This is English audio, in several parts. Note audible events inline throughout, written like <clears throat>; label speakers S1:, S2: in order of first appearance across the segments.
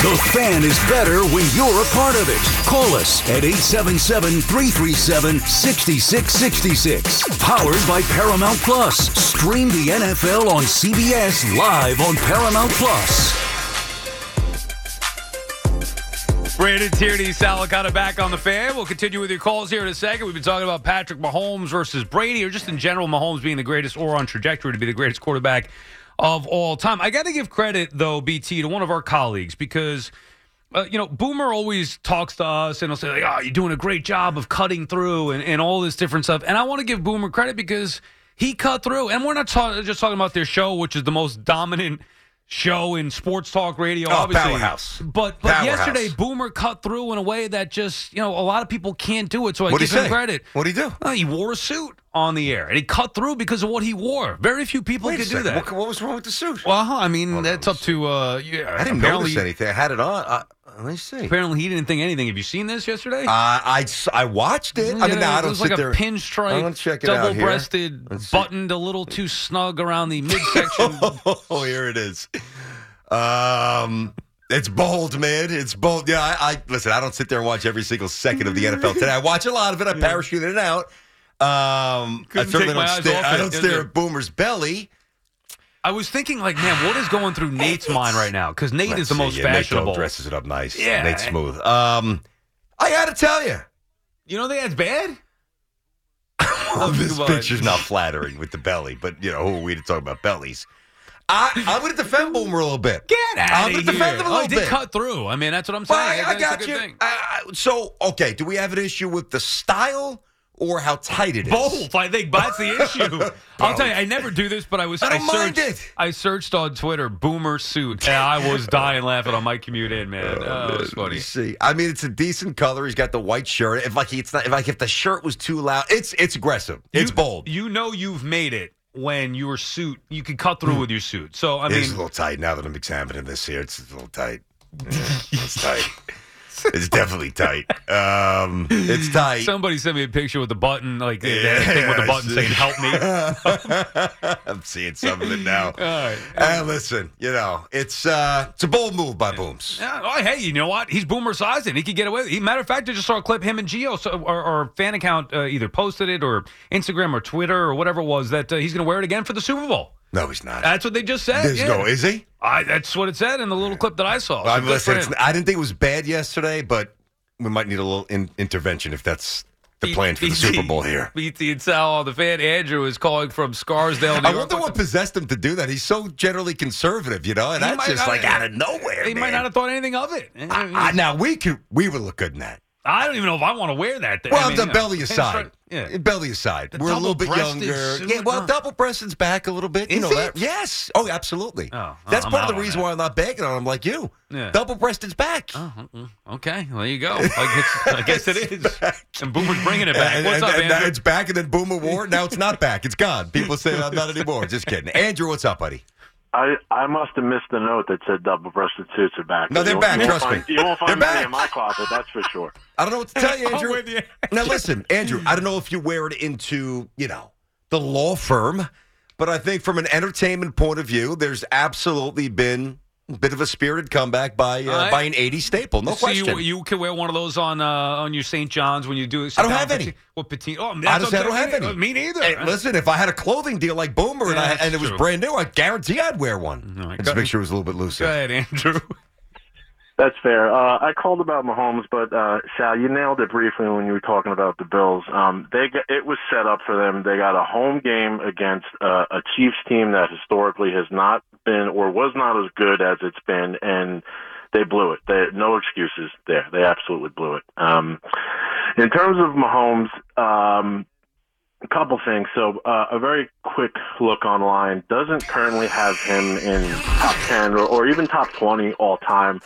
S1: The fan is better when you're a part of it. Call us at 877 337 6666. Powered by Paramount Plus. Stream the NFL on CBS live on Paramount Plus.
S2: Brandon Tierney, Salicata back on the fan. We'll continue with your calls here in a second. We've been talking about Patrick Mahomes versus Brady, or just in general, Mahomes being the greatest or on trajectory to be the greatest quarterback of all time. I got to give credit, though, BT, to one of our colleagues because, uh, you know, Boomer always talks to us and he'll say, like, oh, you're doing a great job of cutting through and, and all this different stuff. And I want to give Boomer credit because he cut through. And we're not ta- just talking about their show, which is the most dominant show in sports talk radio.
S3: Oh,
S2: obviously.
S3: powerhouse.
S2: But but
S3: Powerhouse.
S2: yesterday, Boomer cut through in a way that just you know a lot of people can't do it. So I
S3: What'd
S2: give
S3: he
S2: him
S3: say?
S2: credit.
S3: What'd he do?
S2: Uh, he wore a suit on the air, and he cut through because of what he wore. Very few people
S3: Wait a
S2: could do
S3: second.
S2: that.
S3: What, what was wrong with the suit?
S2: Well, huh, I mean,
S3: Hold on,
S2: that's
S3: let me
S2: up to uh, yeah.
S3: I didn't
S2: apparently,
S3: notice anything. I had it on. Uh, let me see. Uh,
S2: Apparently, he didn't think anything. Have you seen this yesterday?
S3: I, s- I watched it. I
S2: Yeah,
S3: mean, now I
S2: it
S3: don't
S2: was
S3: sit
S2: like
S3: there.
S2: a pinstripe,
S3: I'm gonna check it out here.
S2: double-breasted,
S3: Let's see.
S2: buttoned a little too snug around the midsection.
S3: <laughs> <laughs> oh, here it is. Um, it's bold, man. It's bold. Yeah, I, I listen. I don't sit there and watch every single second of the NFL today. I watch a lot of it. I parachute it out. Um, I
S2: Couldn't
S3: certainly
S2: take my
S3: don't
S2: eyes
S3: stare.
S2: off
S3: I
S2: it.
S3: don't
S2: Is
S3: stare
S2: it-
S3: at Boomer's belly.
S2: I was thinking, like, man, what is going through Nate's mind right now? Because Nate
S3: Let's
S2: is the
S3: see.
S2: most
S3: Yeah, Nate Dogg
S2: fashionable.
S3: dresses it up nice.
S2: Yeah.
S3: Nate Smooth. Um, I gotta tell you,
S2: You don't think that's bad?
S3: this
S2: But-
S3: picture's not flattering with the belly, but you know who are we to talk about bellies? I, I'm going to defend Boomer a little bit.
S2: Get out
S3: I'm
S2: of
S3: gonna
S2: here!
S3: defend him a
S2: oh,
S3: little
S2: he did
S3: bit.
S2: cut through. I mean, that's what I'm saying.
S3: Well, I, I
S2: think that's
S3: got
S2: a good
S3: you.
S2: thing.
S3: I, I- so, okay, do we have an issue with the style or how tight it is?
S2: Both, I think, but that's
S3: <laughs>
S2: the issue. I'll tell you, I never do this, but I was.
S3: I don't mind
S2: searched,
S3: it.
S2: I searched on Twitter, "boomer suit," and I
S3: <laughs>
S2: was dying laughing on my commute in. Man, oh, it was
S3: Let
S2: funny.
S3: me see. I mean, it's a decent color. He's got the white shirt. If like it's not, if like if the shirt was too loud, it's it's aggressive. It's
S2: You-
S3: bold.
S2: You know, you've made it when your suit. You can cut
S3: Hmm.
S2: through with your suit. So I
S3: it is a
S2: mean,
S3: little tight now that I'm examining this here. It's a little tight. Yeah,
S2: <laughs>
S3: it's tight. It's definitely tight. Um, it's tight.
S2: somebody sent me a picture with the button, like the- the
S3: Yeah,
S2: thing with the
S3: I
S2: button
S3: see.
S2: saying "Help
S3: <laughs>
S2: me."
S3: I'm seeing some of
S2: <laughs>
S3: it now.
S2: All right.
S3: Uh, listen, you know, it's uh, it's a bold move by Booms.
S2: Yeah, oh, hey, you know what? He's boomer sizing. He could get away with it. Matter of fact, I just saw a clip him and Geo so, or, or fan account uh, either posted it or Instagram or Twitter or whatever it was that uh, he's going to wear it again for the Super Bowl.
S3: No, he's not.
S2: That's what they just said.
S3: There's
S2: Uh, yeah.
S3: no, is he?
S2: I, that's what it said in the little clip that I saw. So
S3: Well, I'm
S2: good for
S3: listening.
S2: him.
S3: It's- I didn't think it was bad yesterday, but we might need a little in, intervention if that's the plan for the
S2: BT <laughs>
S3: Super Bowl here.
S2: BT and Sal on the fan. Andrew is calling from Scarsdale, New
S3: I
S2: York.
S3: wonder what possessed him to do that. He's so generally conservative, you know, and
S2: He
S3: that's
S2: might
S3: just
S2: not-
S3: like out of nowhere.
S2: He might
S3: man.
S2: not have thought anything of it.
S3: I- I- now we could we would look good in that.
S2: I don't even know if I want to wear that. thing.
S3: Well,
S2: I mean,
S3: the
S2: you know,
S3: belly
S2: pinstripe-
S3: aside,
S2: Yeah.
S3: belly aside,
S2: The
S3: we're a little bit
S2: double-breasted
S3: younger.
S2: suit,
S3: Yeah, well,
S2: huh?
S3: double breasted's back a little bit. you
S2: Is
S3: know
S2: it?
S3: that? Yes. Oh, absolutely.
S2: Oh,
S3: That's
S2: I'm
S3: part of
S2: out on
S3: the reason
S2: that.
S3: why I'm not bagging on him like you.
S2: Yeah.
S3: Double breasted's back.
S2: Oh, mm, okay, well, there you go. I guess, I guess
S3: <laughs>
S2: it is. And Boomer's bringing it back.
S3: And-
S2: What's
S3: and-
S2: up,
S3: and now
S2: Andrew?
S3: it's back, and then Boomer wore. it. Now
S2: <laughs>
S3: it's not back. It's gone. People say "Oh, not anymore. Just kidding. Andrew, what's up, buddy?
S4: I, I must have missed the note that said double-breasted suits are back.
S3: No, they're
S4: You-
S3: back,
S4: You
S3: trust
S4: won't find,
S3: me.
S4: You won't find
S3: They're
S4: many
S3: back.
S4: in my closet, that's for sure.
S3: I don't know what to tell you,
S2: <laughs> I'm
S3: Andrew.
S2: with you.
S3: Now listen, Andrew. I don't know if you wear it into you know the law firm, but I think from an entertainment point of view, there's absolutely been a bit of a spirited comeback by uh,
S2: I-
S3: by an '80s staple. No
S2: so
S3: question.
S2: you, you can wear one of those on uh, on your St. John's when you do it.
S3: I don't have any.
S2: What patina? Oh,
S3: I
S2: that's
S3: just
S2: what
S3: I
S2: I'm
S3: don't have
S2: saying.
S3: any.
S2: Me neither.
S3: Hey, listen, if I had a clothing deal like Boomer and,
S2: Yeah,
S3: I,
S2: that's
S3: and it was
S2: true.
S3: brand new, I guarantee I'd wear one.
S2: All right,
S3: Just
S2: go-
S3: make sure it was a little bit looser.
S2: Go ahead, Andrew.
S4: That's fair. Uh, I called about Mahomes, but uh, Sal, you nailed it briefly when you were talking about the Bills. Um, they got, it was set up for them. They got a home game against uh, a Chiefs team that historically has not been or was not as good as it's been, and they blew it. They, no excuses there. They absolutely blew it. Um, in terms of Mahomes, um, a couple things. So, uh, a very quick look online doesn't currently have him in top 10 or, or even top 20 all time.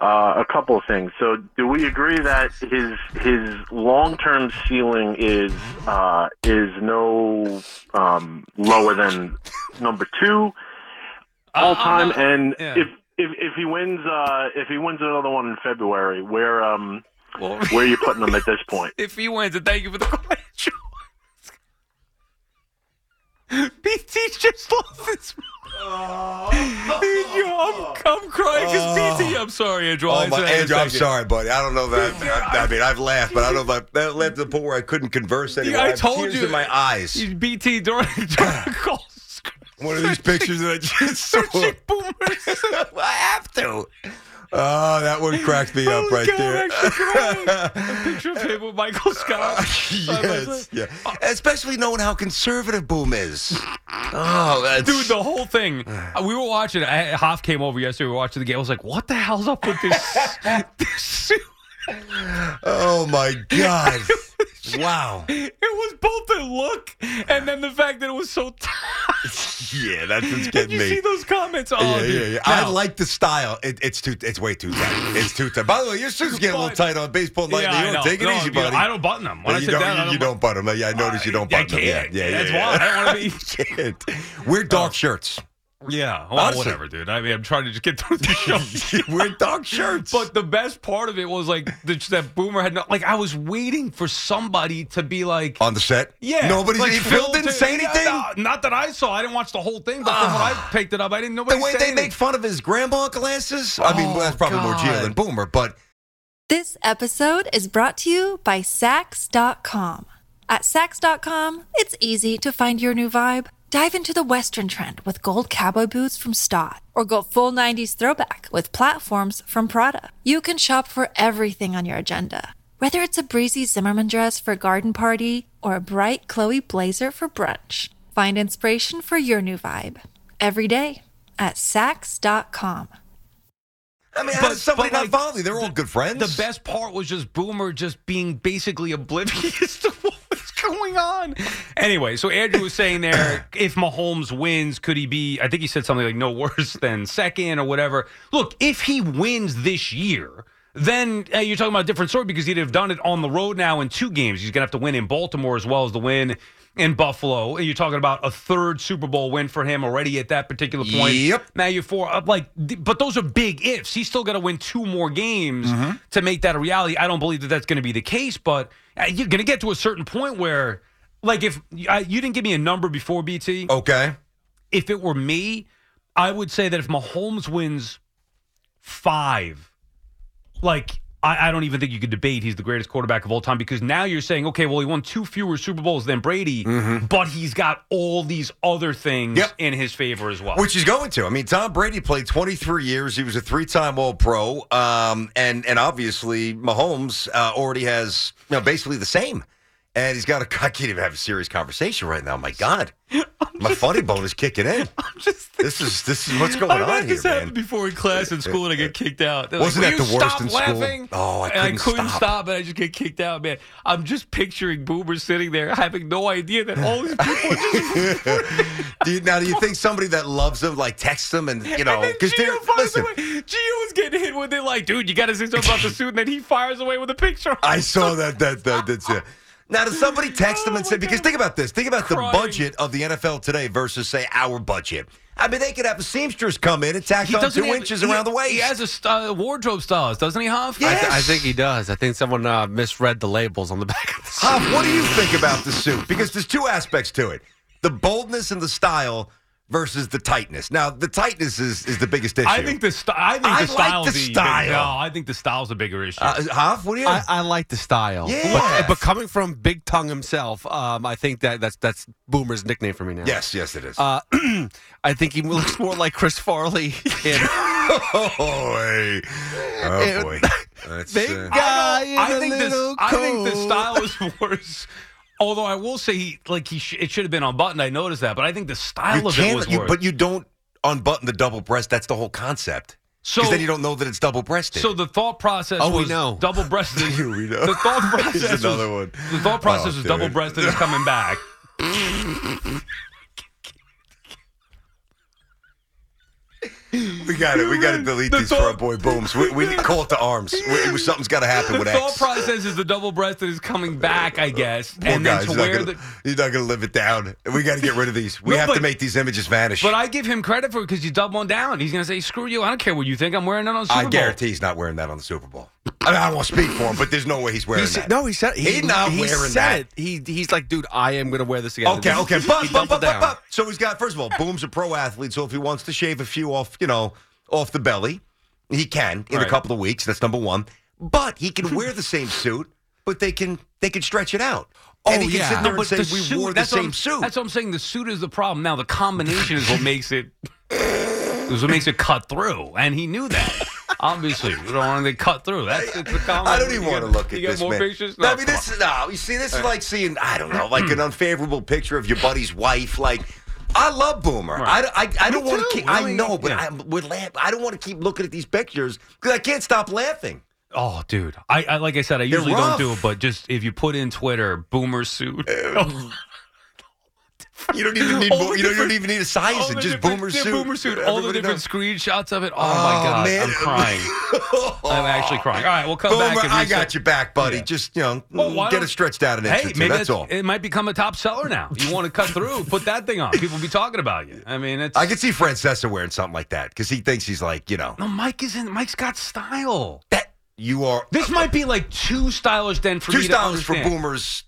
S4: Uh, a couple of things. So, do we agree that his his long term ceiling is uh, is no um, lower than number two all time? And
S2: yeah.
S4: if, if if he wins uh, if he wins another one in February, where um
S2: Well, <laughs>
S4: where are you putting him at this point?
S2: <laughs> if he wins, and thank you for the <laughs> question. BT just lost his. <laughs> Andrew, I'm, I'm crying because BT. I'm sorry, Andrew. I
S3: Oh,
S2: said
S3: my,
S2: I had to
S3: Andrew, I'm
S2: take it.
S3: sorry, buddy. I don't
S2: <laughs>
S3: know that. I, I mean, I've laughed, but I don't know if I that led to the point where I couldn't converse anymore.
S2: I
S3: have
S2: told
S3: tears
S2: you.
S3: in my eyes.
S2: You- BT during, during the
S3: <laughs>
S2: call.
S3: One of these pictures
S2: <laughs>
S3: that I just saw.
S2: Searching boomers. <laughs>
S3: I have to. Oh, that one cracked me
S2: Oh,
S3: up right
S2: God,
S3: there.
S2: I'm actually crying. A
S3: <laughs>
S2: picture of him with Michael Scott.
S3: Uh, yes, yeah. Especially knowing how conservative
S2: <laughs>
S3: Boom is. Oh, that's
S2: Dude, the whole thing.
S3: <sighs>
S2: uh, We were watching. I, Hoff came over yesterday. We were watching the game. I was like, "What the hell's up with
S3: <laughs>
S2: this?" <laughs> this
S3: oh my <laughs>
S2: <laughs>
S3: god! wow.
S2: it was both the look and then the fact that it was so <laughs> tight.
S3: Yeah, that's what's
S2: Did
S3: getting
S2: you
S3: me.
S2: see those comments? Oh,
S3: yeah, yeah,
S2: dude.
S3: yeah.
S2: Now-
S3: I like the style. It, it's too. It's way too tight. It's too tight. By the way, your shoes get a little
S2: But-
S3: tight on baseball night.
S2: Yeah, I
S3: you
S2: know.
S3: don't take it
S2: No,
S3: easy,
S2: you-
S3: buddy.
S2: I don't button them. When I
S3: you
S2: sit
S3: don't,
S2: down, I
S3: you,
S2: don't Uh,
S3: you don't button them. Yeah, I noticed you don't
S2: I
S3: button them. Yeah,
S2: can't.
S3: yeah, yeah,
S2: That's
S3: yeah. <laughs>
S2: why I don't want to be.
S3: can't. Wear
S2: Oh. <laughs>
S3: dark shirts.
S2: Yeah, well,
S3: Honestly.
S2: whatever, dude. I mean, I'm trying to just get
S3: <laughs>
S2: through the show.
S3: Wear dark shirts.
S2: <laughs> But the best part of it was like the, that Boomer had not like I was waiting for somebody to be like,
S3: on the set,
S2: yeah,
S3: nobody.
S2: like,
S3: Phil didn't say
S2: yeah,
S3: anything. Ah.
S2: no, not that I saw. I didn't watch the whole thing, but from what I picked it up, I didn't. Nobody.
S3: The way
S2: say
S3: they
S2: anything.
S3: make fun of his grandma glasses. I mean,
S2: Oh,
S3: well, that's probably more Gio
S2: God.
S3: than Boomer, but
S5: This episode is brought to you by Sax.com. At Sax.com, it's easy to find your new vibe. Dive into the Western trend with gold cowboy boots from Stott, or go full 90s throwback with platforms from Prada. You can shop for everything on your agenda, whether it's a breezy Zimmerman dress for a garden party or a bright Chloe blazer for brunch. Find inspiration for your new vibe every day at Sax.com.
S3: I mean,
S2: But-
S3: how does somebody
S2: but,
S3: not
S2: like,
S3: follow me? They're all good friends.
S2: The best part was just Boomer just being basically oblivious <laughs> to what was going on. Anyway, so Andrew was saying
S3: <coughs>
S2: there, if Mahomes wins, could he be? I think he said something like no worse than second or whatever. Look, if he wins this year. Then uh, you're talking about a different story because he'd have done it on the road now in two games. He's going to have to win in Baltimore as well as the win in Buffalo. And you're talking about a third Super Bowl win for him already at that particular point.
S3: Yep.
S2: Now you're four up, like, th- but those are big ifs. He's still got to win two more games
S3: Mm-hmm.
S2: to make that a reality. I don't believe that that's going to be the case, but uh, you're going to get to a certain point where, like, if I, you didn't give me a number before BT,
S3: Okay.
S2: if it were me, I would say that if Mahomes wins five, like, I, I don't even think you could debate he's the greatest quarterback of all time because now you're saying, okay, well, he won two fewer Super Bowls than Brady, but he's got all these other things
S3: Mm-hmm. Yep.
S2: in his favor as well.
S3: Which he's going to. I mean, Tom Brady played 23 years. He was a three-time All-Pro, um, and and obviously Mahomes uh, already has you know basically the same. And he's got a. <laughs> I can't even have a serious conversation right now.
S2: <laughs>
S3: My God, my funny bone is kicking in.
S2: <laughs> just
S3: This is this is what's going
S2: I've
S3: on
S2: had
S3: here,
S2: this happen
S3: man.
S2: before in class in school, and I get kicked out. They're
S3: Wasn't
S2: like,
S3: that
S2: "Will
S3: the
S2: you
S3: worst
S2: stop
S3: in school?
S2: laughing?
S3: Oh, I
S2: and I
S3: couldn't
S2: couldn't
S3: stop.
S2: stop, and I just get kicked out, man. I'm just picturing Boomer sitting there, having no idea that all these people are just
S3: do you, now, do you think somebody that loves him like texts him and <laughs> you know
S2: and then
S3: because they're
S2: Gio fires
S3: listen.
S2: away. Gio was getting hit with it, like, dude, you got to say something about the suit, and then he fires away with a picture.
S3: I <laughs> saw that. That that that's it. Now, does somebody text them and
S2: Oh,
S3: say?
S2: my
S3: Because
S2: God.
S3: think about this. Think about
S2: Crying.
S3: the budget of the NFL today versus, say, our budget. I mean, they could have a seamstress come in and tack on two
S2: have-
S3: inches
S2: he-
S3: around the waist.
S2: He has a st- uh, wardrobe style, doesn't he, Huff?
S3: Yeah.
S6: I, th- I
S3: Yes.
S6: think he does. I think someone uh, misread the labels on the back of the suit.
S3: Huff, what do you think about the suit? Because there's two aspects to it: the boldness and the style versus the tightness. Now, the tightness is is the biggest issue.
S2: I think the style. I think
S3: I
S2: the
S3: like
S2: style.
S3: the style.
S2: no, I think the style's a bigger issue.
S3: uh, Huff, what do you?
S6: I, I like the style.
S3: Yeah.
S6: But, but coming from Big Tongue himself, um, I think that that's that's Boomer's nickname for me now. Uh, <clears throat>
S3: yes, yes, it is.
S6: I think he looks more like Chris Farley <laughs> in
S3: boy. Oh,
S2: <laughs>
S3: boy. That's,
S6: Big
S3: uh,
S6: guy in
S2: I
S6: a
S2: think this.
S6: little
S2: I think the
S6: coat. <laughs>
S2: style is worse. Although I will say, he, like he, sh- it should have been unbuttoned. I noticed that, but I think the style
S3: you
S2: of it
S3: can't,
S2: was
S3: you-
S2: worse.
S3: but you don't unbutton the double breast. That's the whole concept.
S2: so,
S3: Because then you don't know that it's double breasted.
S2: so the thought process.
S6: Oh, we
S2: was
S6: know.
S2: Double breasted.
S6: <laughs>
S3: Here we know.
S2: The thought
S3: Here's
S2: process.
S3: another
S2: was,
S3: one.
S2: The thought process
S3: Oh,
S2: was
S3: dude.
S2: double breasted is coming back.
S3: We got it. We
S2: <laughs>
S3: got to delete
S2: The
S3: these for
S2: thought-
S3: our boy Booms. We, we call it to arms. We, we- something's got to happen
S2: The
S3: with
S2: thought
S3: X.
S2: process is the double breasted is coming back. I guess.
S3: Poor
S2: and then
S3: guys,
S2: to
S3: he's not
S2: wear
S3: gonna-
S2: the.
S3: he's not going to live it down. We got to get rid of these. We
S2: No,
S3: have
S2: but-
S3: to make these images vanish.
S2: But I give him credit for it because you double down. He's gonna say, "Screw you! I don't care what you think. I'm wearing it on Super
S3: I
S2: Bowl."
S3: guarantee he's not wearing that on the Super Bowl. I, mean, I don't want to speak for him, but there's no way he's wearing
S6: He
S3: that.
S6: said, no, he said he,
S3: He's not
S6: he
S3: wearing that.
S6: said It. He he's like, dude, I am gonna wear this again.
S3: Okay,
S6: He
S3: okay. But, but,
S6: doubled
S3: but, but,
S6: down.
S3: but. So he's got, first of all, Boom's a pro athlete, so if he wants to shave a few off, you know, off the belly, he can in
S2: Right.
S3: a couple of weeks. That's number one. But he can wear the same suit, but they can they can stretch it out. and
S6: Oh,
S3: he
S6: yeah.
S3: can sit
S2: No,
S3: there
S2: but
S3: and say,
S2: the
S3: we
S2: suit-
S3: wore the
S2: that's what I'm-
S3: same suit.
S2: That's what I'm saying. The suit is the problem. Now the combination
S3: <laughs>
S2: is what makes it. is what makes it cut through, and he knew that. Obviously, you don't want to cut through.
S3: <laughs>
S2: That's it's the combination.
S3: I don't even
S2: You
S3: want to
S2: got-
S3: look at
S2: you got
S3: this
S2: more
S3: man.
S2: pictures?
S3: No, I
S2: No,
S3: mean
S2: come
S3: this. No, you see, this is like seeing I don't know, like an
S2: Mm.
S3: unfavorable picture of your buddy's wife. Like, I love Boomer.
S2: Right.
S3: I, I, I don't
S6: Me
S3: want
S6: too.
S3: to keep.
S6: We
S3: I
S6: only-
S3: know, but
S6: yeah.
S3: I'm, we're laugh, I don't want to keep looking at these pictures because I can't stop laughing.
S2: on. Oh, dude! I, I like I said, I
S3: They're
S2: usually don't
S3: rough.
S2: do it, but just if you put in Twitter, boomer suit, <laughs>
S3: You don't even need.
S2: All
S3: Bo-
S2: the
S3: you, don't, you don't
S2: different-
S3: even need a
S2: all
S3: size.
S2: the
S3: It just
S2: different-
S3: Boomer
S2: yeah,
S3: suit.
S2: boomer suit, all the
S3: Everybody
S2: different
S3: knows.
S2: screenshots of it. Oh,
S3: Oh,
S2: my god,
S3: man.
S2: I'm crying. <laughs> I'm actually crying. All right, we'll come Oh, back.
S3: Boomer,
S2: And
S3: I
S2: reset.
S3: got you back, buddy.
S2: Yeah.
S3: Just you know,
S2: Well, why
S3: get
S2: don't-
S3: it stretched out an inch
S2: Hey,
S3: or two.
S2: maybe
S3: That's all.
S2: It might become a top seller now. You want to cut
S3: <laughs>
S2: through, put that thing on. People be talking about you. I mean, it's.
S3: I could see Francesa wearing something like that because he thinks he's like you know
S2: no, Mike isn't. Mike's got style.
S3: that you are
S2: This might be like too stylish then for
S3: Two
S2: me to
S3: dollars Uh, for
S2: understand.
S3: Boomer's,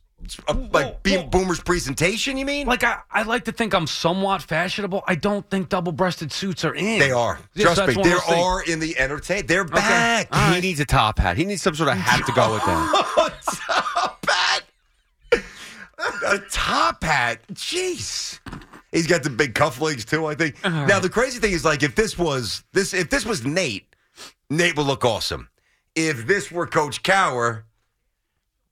S3: uh,
S2: Whoa,
S3: like be
S2: whoa.
S3: Boomer's presentation. You mean?
S2: Like I, I like to think I'm somewhat fashionable. I don't think double-breasted suits are in.
S3: they are.
S2: Yes,
S3: Trust
S2: that's
S3: me,
S2: one of
S3: there
S2: those things.
S3: are in the entertain. They're back.
S6: he needs a top hat. He needs some
S2: <laughs>
S6: sort of hat to go with that.
S3: What's up, Pat? A top hat. Jeez. He's got the big cufflinks too. I think. Now the crazy thing is, like, if this was this, if this was Nate, Nate would look awesome. If this were Coach Cower,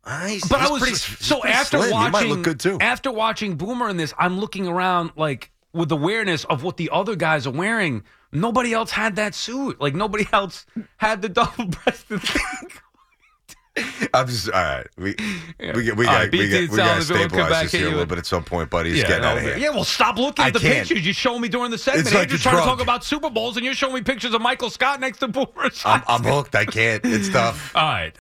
S3: I. he's-
S2: But
S3: he's
S2: I was
S3: pretty, he's
S2: so
S3: pretty
S2: after
S3: slim.
S2: watching
S3: he might look good too.
S2: After watching Boomer in this, I'm looking around like with awareness of what the other guys are wearing. Nobody else had that suit. Like nobody <laughs> else had the <laughs> double breasted thing.
S3: I'm just all right. We we get we
S2: All
S3: got
S2: right,
S3: we
S2: BT and
S3: got we got to
S2: Sal, we'll come back
S3: stabilize this
S2: at
S3: here a
S2: you
S3: little
S2: and-
S3: bit at some point, buddy. He's getting
S2: no,
S3: out of
S2: but-
S3: hand.
S2: yeah, well, stop looking
S3: I
S2: at the
S3: can't.
S2: pictures you show me during the segment.
S3: It's like
S2: Andrew's
S3: a
S2: trying to
S3: drug.
S2: talk about Super Bowls, and you're showing me pictures of Michael Scott next to Boomer.
S3: I'm, I'm hooked. I can't. It's tough.
S2: All right.